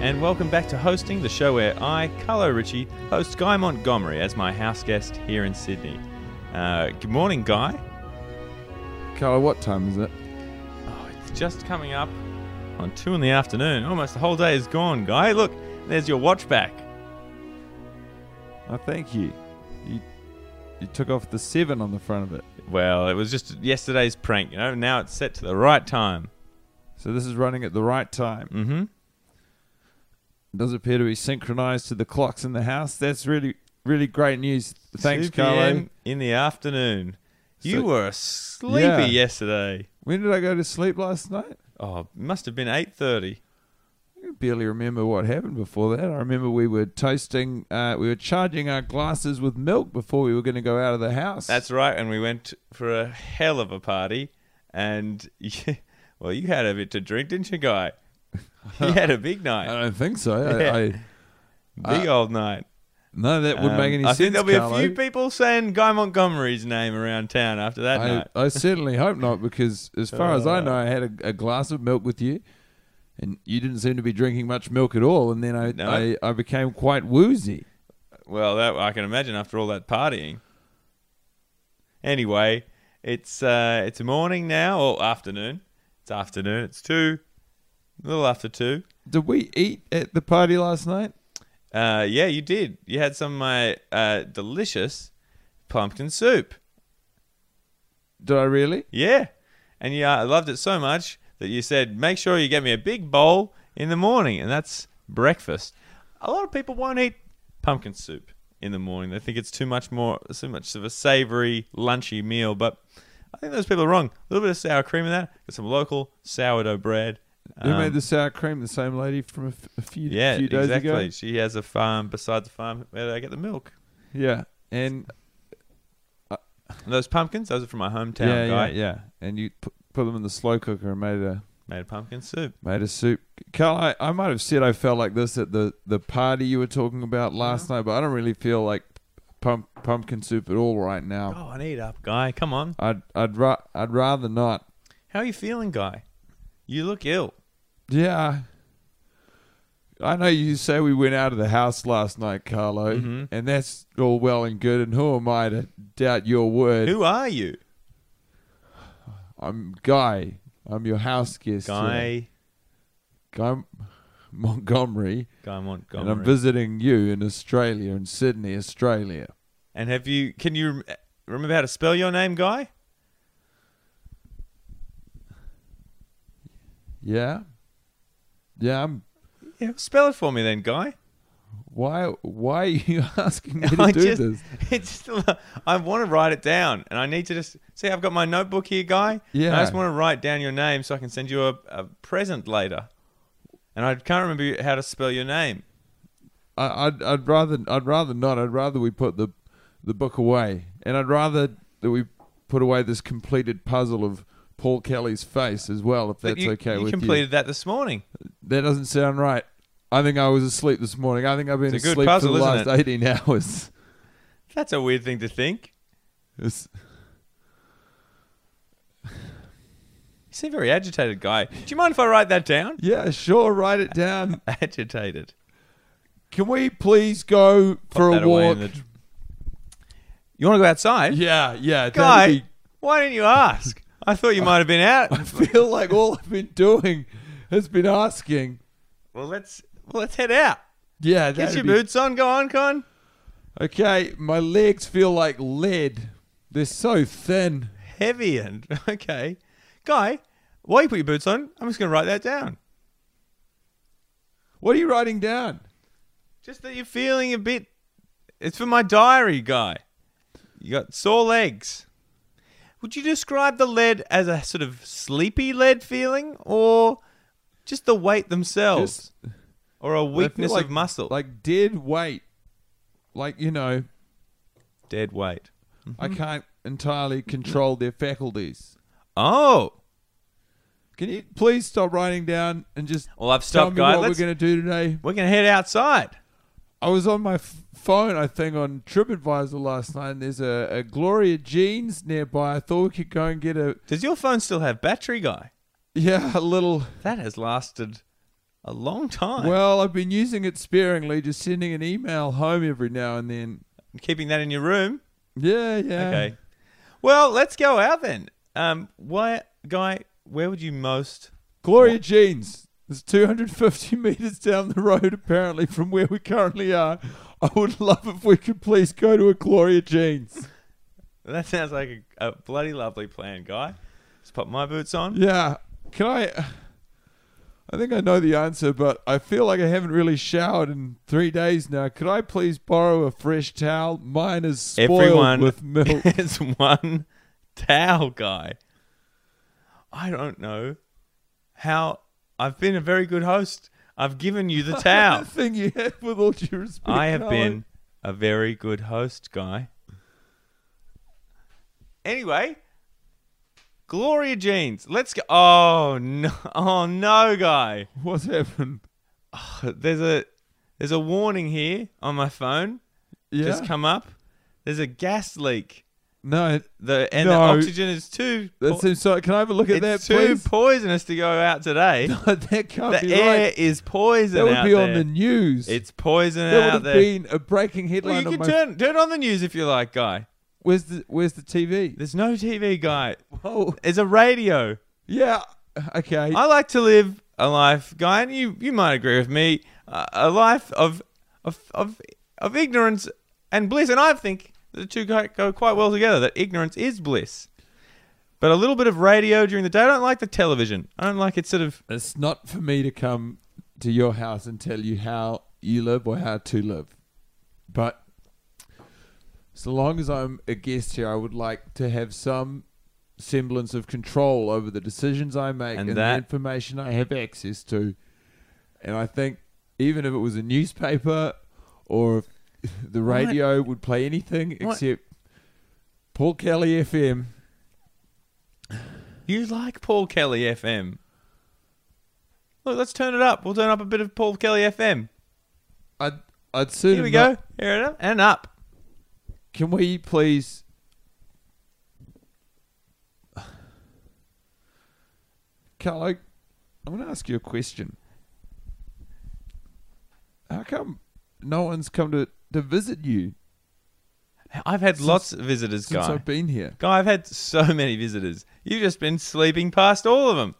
And welcome back to Hosting, the show where I, Carlo Ritchie, host Guy Montgomery as my house guest here in Sydney. Uh, good morning, Guy. Carlo, what time is it? Oh, it's just coming up on 2 in the afternoon. Almost the whole day is gone, Guy. Look, there's your watch back. Oh, thank you. You, you took off the seven on the front of it. Well, it was just yesterday's prank, you know. Now it's set to the right time. So this is running at the right time. Mm-hmm. It does appear to be synchronized to the clocks in the house. That's really, really great news. Thanks, 2 p.m. Carlo. in the afternoon. You So- were sleepy Yeah. yesterday. When did I go to sleep last night? Oh, must have been 8.30. I barely remember what happened before that. I remember we were toasting, uh, we were charging our glasses with milk before we were going to go out of the house. That's right, and we went for a hell of a party, and you, well, you had a bit to drink, didn't you, guy? You had a big I night, don't think so. I, Yeah. I, big old night. no, that uh, wouldn't Um, make any I sense. think there'll be Carlo. a few people saying Guy Montgomery's name around town after that I, night. Uh. I certainly hope not, because as far as I know, I had a, a glass of milk with you, and you didn't seem to be drinking much milk at all. And then I, No. I, I became quite woozy. Well, that I can imagine after all that partying. Anyway, it's uh, it's morning now or afternoon. It's afternoon. It's two, a little after two. Did we eat at the party last night? Uh, yeah, you did. You had some of my uh, delicious pumpkin soup. Did I really? Yeah. And you uh, loved it so much that you said, make sure you get me a big bowl in the morning. And that's breakfast. A lot of people won't eat pumpkin soup in the morning. They think it's too much more, too much of a savory, lunchy meal. But I think those people are wrong. A little bit of sour cream in that. Got some local sourdough bread. Who Um, made the sour cream? The same lady from a, f- a few, Yeah, few days exactly. ago. She has a farm beside the farm where they get the milk. Yeah, and And those pumpkins, those are from my hometown yeah, yeah, guy. yeah. And you put, put them in the slow cooker and made a Made pumpkin soup. Made a soup. Carl, I, I might have said I felt like this at the, the party you were talking about last night, but I don't really feel like pump, pumpkin soup at all right now. Oh, I need up, guy. Come on. I'd I'd ra- I'd rather not. How are you feeling, guy? You look ill. Yeah. I know you say we went out of the house last night, Carlo, Mm-hmm. and that's all well and good. And who am I to doubt your word? Who are you? I'm Guy. I'm your house guest. today. Guy Guy Montgomery, Guy Montgomery. and I'm visiting you in Australia, in Sydney, Australia. And have you can you rem- remember how to spell your name, Guy? Yeah. Yeah, I'm Yeah, spell it for me then, Guy. why why are you asking me to I do just, this? It's just- I want to write it down and I need to just see I've got my notebook here, Guy. And I Yeah. just want to write down your name so I can send you a, a present later. And I can't remember how to spell your name. I, I'd I'd rather I'd rather not. I'd rather we put the the book away. And I'd rather that we put away this completed puzzle of Paul Kelly's face as well, if But that's you, okay you with completed that this morning. you. That doesn't sound right. I think I was asleep this morning. I think I've been It's a good asleep puzzle, for the isn't last eighteen hours. That's a weird thing to think. It's- You seem very agitated, Guy. Do you mind if I write that down? yeah, sure, write it down. Agitated. Can we please go for Pop that a away walk? in the- You want to go outside? Yeah, yeah. that'd Guy, be- why didn't you ask? I thought you might have been I out. feel like all I've been doing has been asking. Well, let's well, let's head out. Yeah, Get that's your boots on. Go on, con. Okay, my legs feel like lead. They're so thin. Heavy and okay, guy. While you put your boots on, I'm just going to write that down. What are you writing down? Just that you're feeling a bit. It's for my diary, guy. You got sore legs. Would you describe the lead as a sort of sleepy lead feeling or just the weight themselves? or a I feel weakness like, of muscle? like dead weight. Like you know, dead weight. Mm-hmm. I can't entirely control their faculties. Oh. Can you please stop writing down and just? Well, I've tell stopped, me guy. What Let's- we're going to do today? We're going to head outside. I was on my f- phone, I think, on TripAdvisor last night, and there's a, a Gloria Jeans nearby. I thought we could go and get a Does your phone still have battery, guy? yeah, a little. That has lasted a long time. Well, I've been using it sparingly, just sending an email home every now and then. Keeping that in your room. Yeah, yeah. Okay. Well, let's go out then. Um, why, guy? Where would you most? Gloria Jeans. It's 250 meters down the road, apparently, from where we currently are. I would love if we could please go to a Gloria Jeans. That sounds like a, a bloody lovely plan, guy. Let's pop my boots on. Yeah. Can I? I think I know the answer, but I feel like I haven't really showered in three days now. Could I please borrow a fresh towel? Mine is spoiled Everyone with milk. It's one towel, guy. I don't know how. I've been a very good host. I've given you the the towel. thing you have, with all due respect. I have Colin. been a very good host, guy. Anyway, Gloria Jeans. Let's go. Oh no! Oh no, guy. What's happened? There's a there's a warning here on my phone. Yeah. Just come up. There's a gas leak. no, The and No. the oxygen is too. that seems so. Can I have a look at that, it's too please? poisonous to go out today. that can't the be air right. is poison. That would out be on there. the news. It's poison that would out have there. been a breaking well, headline. you on can my, turn turn on the news if you like, guy. Where's the Where's the TV? There's no TV, guy. Oh, There's a radio. yeah. Okay. I like to live a life, guy, and you, you might agree with me, uh, a life of, of of of ignorance and bliss. And I think the two go, go quite well together. That ignorance is bliss, but a little bit of radio during the day. I don't like the television. I don't like it. Sort of. It's not for me to come to your house and tell you how you live or how to live. But so long as I'm a guest here, I would like to have some semblance of control over the decisions I make And and, that- the information I have access to. And I think even if it was a newspaper or if the radio would play anything What? except Paul Kelly FM. You like Paul Kelly FM. Look, let's turn it up. We'll turn up a bit of Paul Kelly FM. I'd I'd soon Here we go. Here it up and up. Can we please? Carlo, I'm going to ask you a question. How come no one's come to, to visit you I've had Since- lots of visitors, since guy. I've been here? Guy, I've had so many visitors. You've just been sleeping past all of them.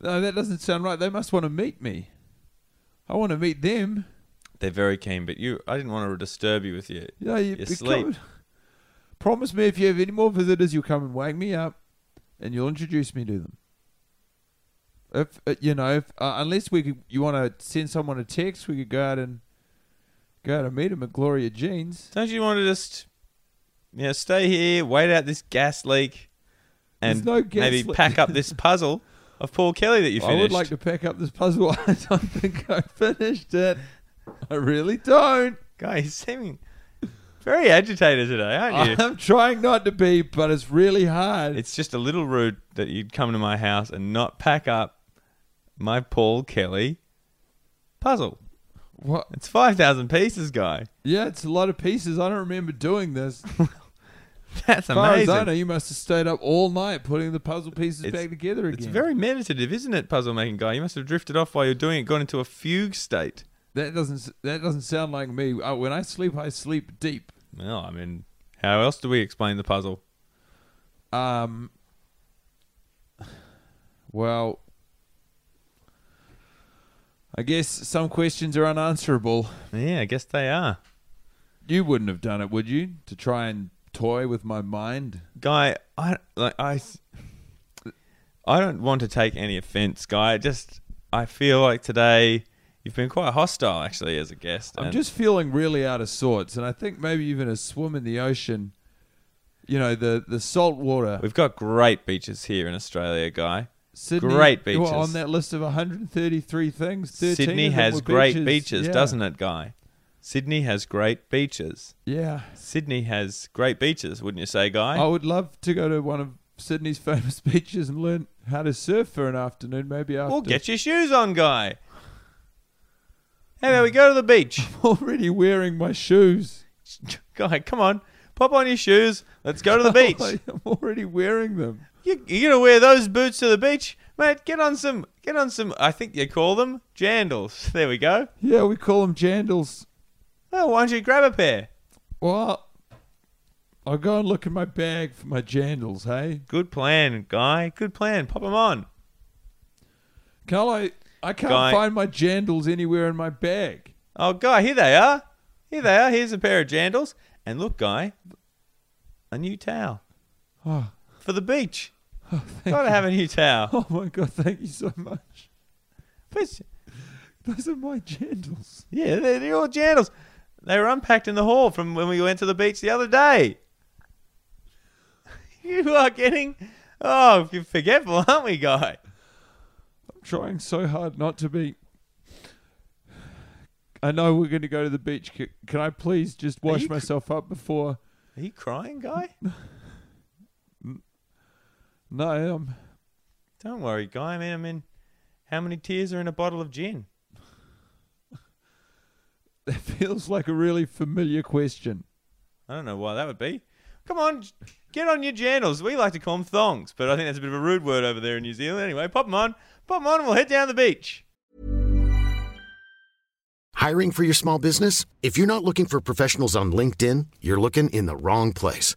No, that doesn't sound right. They must want to meet me. I want to meet them. They're very keen, but you, I didn't want to disturb you with you. Yeah, you, You're you asleep. come- Promise me if you have any more visitors, you'll come and wake me up, and you'll introduce me to them. If uh, you know, if, uh, unless we could, you want to send someone a text, we could go out and go out and meet him at Gloria Jeans. Don't you want to just, you know, stay here, wait out this gas leak, and There's no gas maybe leak. pack up this puzzle of Paul Kelly that you I finished? would like to pack up this puzzle. I don't think I finished it. I really don't. Guy, you're seeming very agitated today, aren't you? I'm trying not to be, but it's really hard. it's just a little rude that you'd come to my house and not pack up my Paul Kelly puzzle. what? It's five thousand pieces, guy. Yeah, it's a lot of pieces. I don't remember doing this. That's far as amazing. I know, you must have stayed up all night putting the puzzle pieces It's- back together again. It's very meditative, isn't it, puzzle making guy? You must have drifted off while you're doing it, gone into a fugue state. that doesn't s- that doesn't sound like me. Uh, when I sleep, I sleep deep. Well, I mean, how else do we explain the puzzle? Um. Well, I guess some questions are unanswerable. Yeah, I guess they are. You wouldn't have done it, would you? To try and toy with my mind. Guy, I like I I don't want to take any offense, guy. I just I feel like today you've been quite hostile actually as a guest. I'm and- just feeling really out of sorts, and I think maybe even a swim in the ocean you know the the salt water. We've got great beaches here in Australia, guy. Sydney, great you were beaches. on that list of 133 things. 13 Sydney of them has were great beaches, beaches, yeah. doesn't it, guy? Sydney has great beaches. Yeah. Sydney has great beaches, wouldn't you say, guy? I would love to go to one of Sydney's famous beaches and learn how to surf for an afternoon, maybe after. well, get your shoes on, guy. Hey, there we go to the beach. I'm already wearing my shoes. guy, come on. Pop on your shoes. Let's go to the beach. I'm already wearing them. You, you're gonna wear those boots to the beach, mate. Get on some, get on some. I think you call them jandals. There we go. Yeah, we call them jandals. Oh, why don't you grab a pair? Well, I'll go and look in my bag for my jandals, hey? Good plan, guy. Good plan. Pop them on. Carl, I, I can't Guy- find my jandals anywhere in my bag. Oh, guy, here they are. Here they are. Here's a pair of jandals. And look, guy, a new towel Oh, for the beach. oh, thank Gotta you. have a new towel. oh my God, thank you so much. But- Those are my jandals. yeah, they're, they're all jandals. They were unpacked in the hall from when we went to the beach the other day. You are getting, oh, you're forgetful, aren't we, guy? I'm trying so hard not to be. I know we're going to go to the beach. C- Can I please just wash you cr- myself up before? Are you crying, guy? No, I'm. Don't worry, guy. I mean, I mean, how many tears are in a bottle of gin? That feels like a really familiar question. I don't know why that would be. Come on, j- get on your jandals. We like to call them thongs, but I think that's a bit of a rude word over there in New Zealand. Anyway, pop them on, pop them on, and we'll head down the beach. Hiring for your small business? If you're not looking for professionals on LinkedIn, you're looking in the wrong place.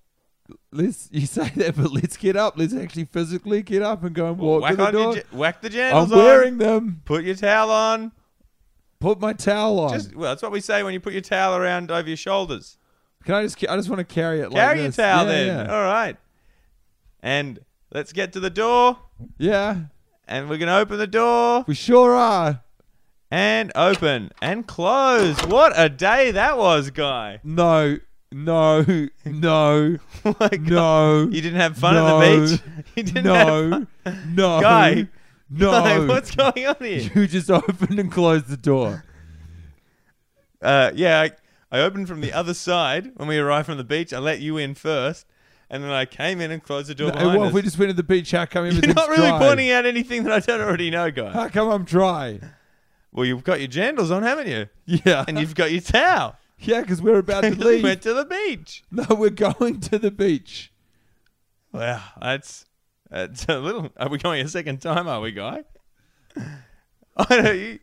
let's. You say that, but let's get up. Let's actually physically get up and go and walk to whack, the on door. your, ja- whack the I'm jandals wearing on. them. Put your towel on. Put my towel on. Just well, that's what we say when you put your towel around over your shoulders. Can I just? ca- I just want to carry it. like Carry this. your towel yeah, then. Yeah. All right, and let's get to the door, yeah, and we're gonna open the door we sure are. and open and close. What a day that was, guy. Oh No, no, no, My God. no. You didn't have fun at No. the beach. You didn't have no, fun. no, Guy. no. Guy, what's going on here? you just opened and closed the door. Uh, yeah, I, I opened from the other side when we arrived from the beach. I let you in first, and then I came in and closed the door No, behind well, us. if we just went to the beach, how come You're everything's not really dry? pointing out anything that I don't already know, guy. How come I'm dry? Well, you've got your jandals on, haven't you? Yeah, And you've got your towel. yeah, because we're about to We leave. went to the beach. no, we're going to the beach. Wow, that's that's a little. Are we going a second time? Are we, guy? I know you.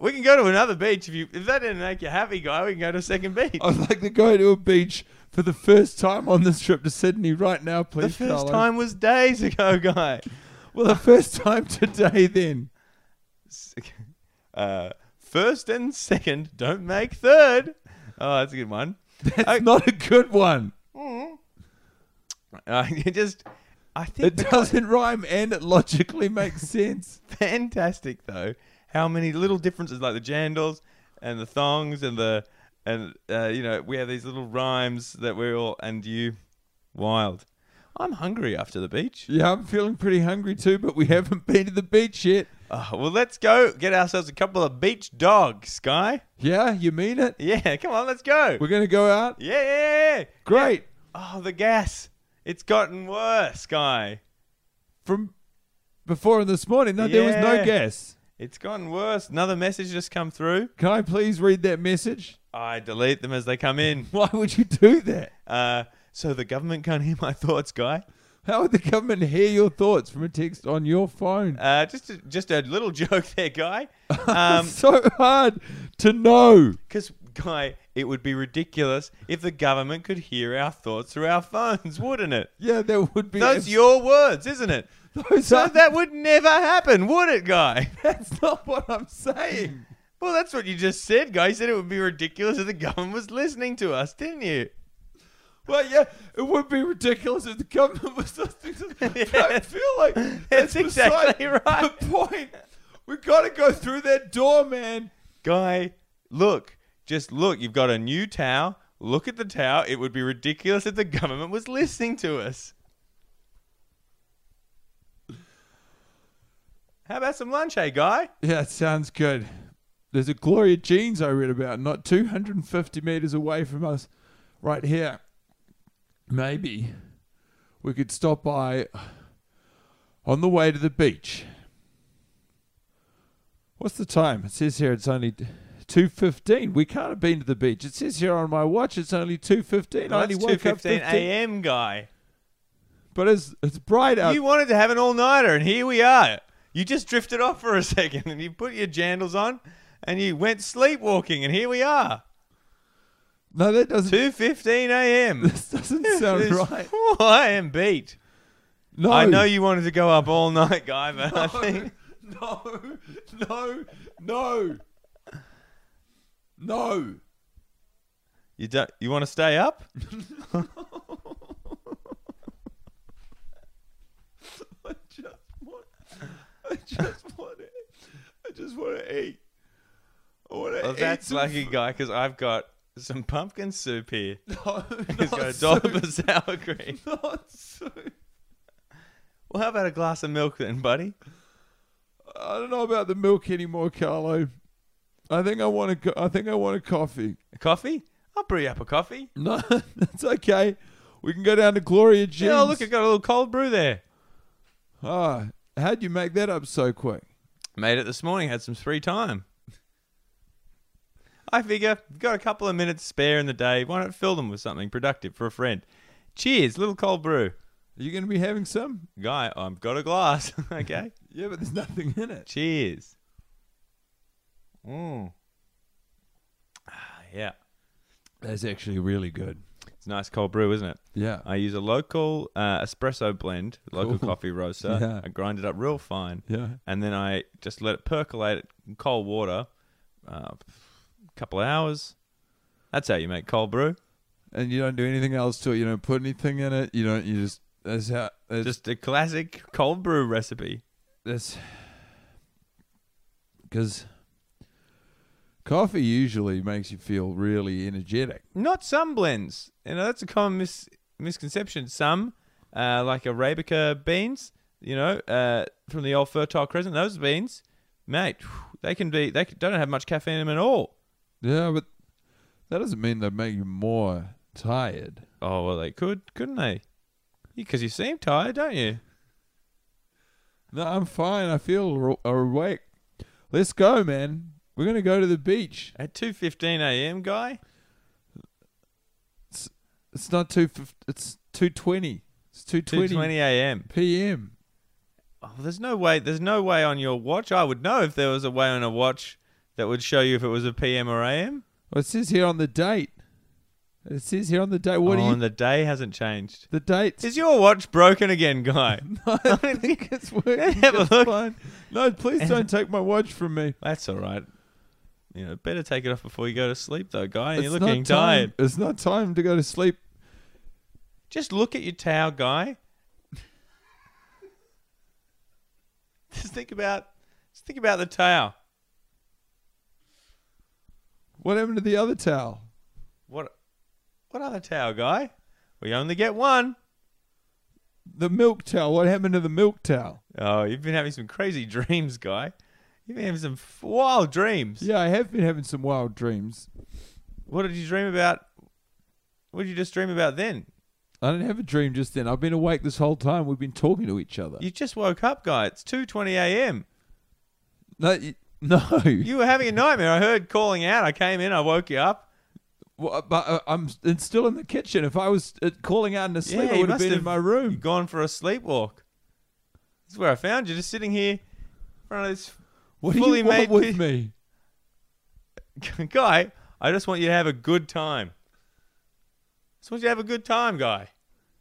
We can go to another beach if you if that didn't make you happy, guy. We can go to a second beach. I'd like to go to a beach for the first time on this trip to Sydney right now, the please. first Carlo. time was days ago, guy. Well, the first time today, then. Uh, first and second, don't make third. Oh, that's a good one. That's not a good one. Uh, it just, I think It it's doesn't rhyme and it logically makes sense. fantastic though how many little differences like the jandals and the thongs and the and uh, you know we have these little rhymes that we're all and you wild. I'm hungry after the beach. Yeah, I'm feeling pretty hungry too, but we haven't been to the beach yet. Oh, well, let's go get ourselves a couple of beach dogs, guy. Yeah, you mean it? Yeah, come on, let's go. We're going to go out? Yeah, yeah, yeah. Great. Oh, the gas. It's gotten worse, guy. From before this morning, no, there was no Yeah. gas. It's gotten worse. Another message just come through. Can I please read that message? I delete them as they come in. Why would you do that? Uh, so the government can't hear my thoughts, guy. How would the government hear your thoughts from a text on your phone? Uh, just a, just a little joke there, guy. Um it's so hard to know. 'cause because guy, it would be ridiculous if the government could hear our thoughts through our phones, wouldn't it? Yeah, there would be. Those your words, isn't it? Those so are- that would never happen, would it, guy? That's not what I'm saying. Well, that's what you just said, guy. You said it would be ridiculous if the government was listening to us, didn't you? Well, yeah, it would be ridiculous if the government was listening to this. But I Yes. feel like That's that's beside exactly right. The point. We got to go through that door, man. Guy, look, just look. You've got a new towel. Look at the towel. It would be ridiculous if the government was listening to us. How about some lunch, hey, guy? Yeah, it sounds good. There's a Gloria Jeans I read about, not 250 meters away from us, right here. Maybe we could stop by on the way to the beach. What's the time? It says here it's only 2:15. We can't have been to the beach. It says here on my watch it's only 2:15. I Well, only That's woke up 2.15 15 a.m., guy. But it's it's bright out. You wanted to have an all-nighter, and here we are. You just drifted off for a second, and you put your jandals on, and you went sleepwalking, and here we are. no, that doesn't. 2.15 a.m. This doesn't sound This- right. Oh, I am beat. No, I know you wanted to go up all night, guy, but I think... no, no, no, no. You don't, you want to stay up? I just want, I just want to, I just want to eat. I want to Well, eat. that's some lucky, guy, because I've got some pumpkin soup here. No, It's not got a so- dollop of sour cream. not so- Well, how about a glass of milk then, buddy? I don't know about the milk anymore, Carlo. I think I want a, co- I think I want a coffee. A coffee? I'll brew you up a coffee. No, that's okay. We can go down to Gloria Jeans. Yeah, oh, look, I got a little cold brew there. Ah, how'd you make that up so quick? Made it this morning. Had some free time. I figure you've got a couple of minutes spare in the day. Why not fill them with something productive for a friend? Cheers, little cold brew, Are you going to be having some? guy. I've got a glass. okay. Yeah, but there's nothing in it. Cheers. Mm. Ah, yeah. That's actually really good. It's a nice cold brew, isn't it? Yeah. I use a local uh, espresso blend, local Cool. coffee roaster. Yeah. I grind it up real fine. Yeah. And then I just let it percolate it in cold water uh, a couple of hours. That's how you make cold brew. and you don't do anything else to it. You don't put anything in it. You don't. You just that's how. That's, Just a classic cold brew recipe. that's because coffee usually makes you feel really energetic. Not some blends. You know, that's a common mis- misconception. Some, uh, like Arabica beans, you know, uh, from the old Fertile Crescent, those beans, mate, they can be, they don't have much caffeine in them at all. Yeah, but that doesn't mean they make you more tired. Oh well, they could, couldn't they? Because you seem tired, don't you? No, I'm fine. I feel ro- awake. Let's go, man. We're gonna go to the beach. At two fifteen a.m., guy. It's not two. fif- It's two twenty. It's two Two twenty twenty a.m. p.m. Oh, there's no way. There's no way on your watch. I would know if there was a way on a watch that would show you if it was a p.m. or a.m. Well, it says here on the date. It says here on the date. What oh, do you? and the day hasn't changed. The date. Is your watch broken again, guy? I don't think it's working. Have a It's look. fine. No, please don't take my watch from me. That's all right. You know, better take it off before you go to sleep, though, guy. And you're It's looking not time- tired. It's not time to go to sleep. Just look at your towel, guy. just think about, just think about the towel. What happened to the other towel? What? What other towel, guy? We only get one. The milk towel. What happened to the milk towel? Oh, you've been having some crazy dreams, guy. You've been having some f- wild dreams. Yeah, I have been having some wild dreams. What did you dream about? What did you just dream about then? I didn't have a dream just then. I've been awake this whole time. We've been talking to each other. You just woke up, guy. It's two twenty a.m. no, you, no. You were having a nightmare. I heard calling out. I came in. I woke you up. Well, but uh, I'm it's still in the kitchen. If I was uh, calling out in the sleep, Yeah, I you would have must been in my room. you'd Gone for a sleepwalk. This is where I found you, just sitting here in front of this What do fully you want made with pi- me? guy. I just want you to have a good time. just want you to have a good time, guy.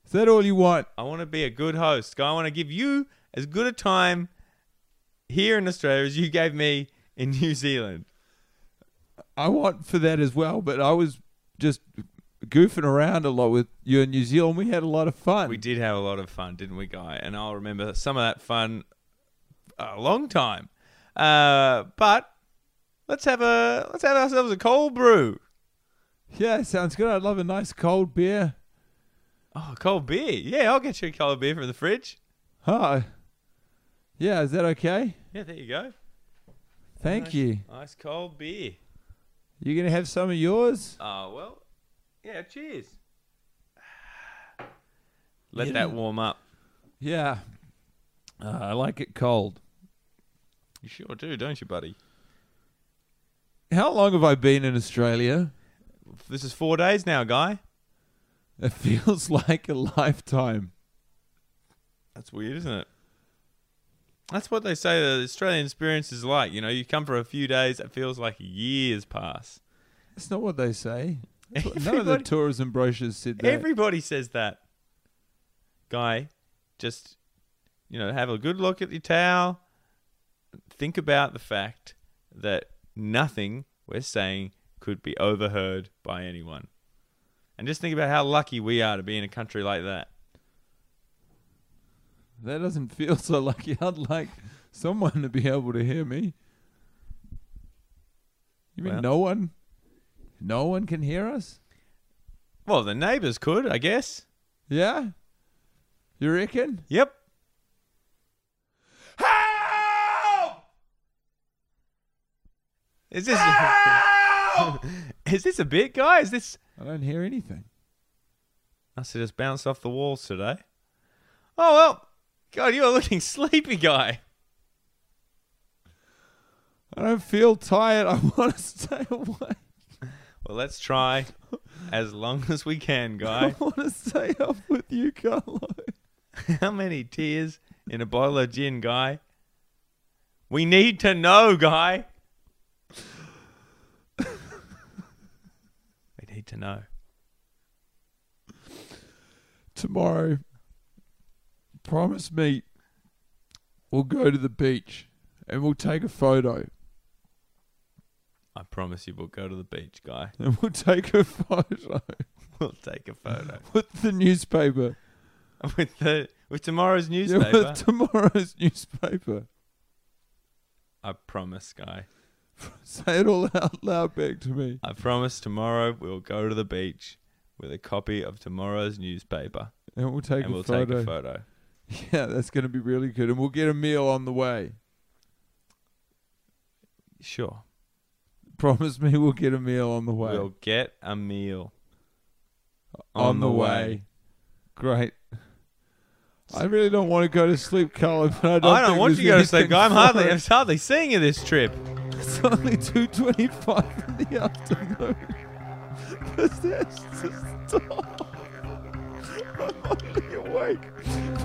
Is that all you want? I want to be a good host. Guy, I want to give you as good a time here in Australia as you gave me in New Zealand. I want for that as well, but I was just goofing around a lot with you in New Zealand. We had a lot of fun. We did have a lot of fun, didn't we, Guy? And I'll remember some of that fun a long time. Uh, but let's have a let's have ourselves a cold brew. Yeah, sounds good. I'd love a nice cold beer. Oh, cold beer. Yeah, I'll get you a cold beer from the fridge. Hi. Yeah, is that okay? Yeah, there you go. Thank you. Ice cold beer. You gonna have some of yours? Oh well. Yeah, cheers. Let that warm up. Yeah. Uh, I like it cold. You sure do, don't you, buddy? How long have I been in Australia? This is four days now, guy. It feels like a lifetime. That's weird, isn't it? That's what they say the Australian experience is like. You know, you come for a few days, it feels like years pass. That's not what they say. That's what- None of the Everybody- tourism brochures said that. Everybody says that. Guy, just you know, have a good look at your towel. Think about the fact that nothing we're saying could be overheard by anyone. And just think about how lucky we are to be in a country like that. that doesn't feel so lucky. I'd like someone to be able to hear me. You mean Well- no one? No one can hear us? Well, the neighbors could, I guess. Yeah? You reckon? Yep. Is this Is this a bit, guy? Is this I don't hear anything. Must have just bounced off the walls today. Oh well. God, you are looking sleepy, guy. I don't feel tired. I want to stay awake. Well, let's try as long as we can, I guy. want to stay up with you, Carlo. How many tears in a bottle of gin, guy? We need to know, guy. we need to know. Tomorrow, promise me we'll go to the beach and we'll take a photo. I promise you, we'll go to the beach, guy. And we'll take a photo We'll take a photo with the newspaper. with the with tomorrow's Yeah, newspaper. with tomorrow's newspaper. I promise, guy. Say it all out loud back to me. I promise tomorrow we'll go to the beach with a copy of tomorrow's newspaper And we'll take, and a, we'll photo. take a photo. Yeah, that's going to be really good. And we'll get a meal on the way. Sure. Promise me we'll get a meal on the way. We'll get a meal Great. I really don't want to go to sleep, Carlo, but I don't. I don't think want there's you to go to sleep, anything guy. I'm for hardly, it. I'm hardly seeing you this trip. It's only two twenty-five in the afternoon. Because that's just I'm only awake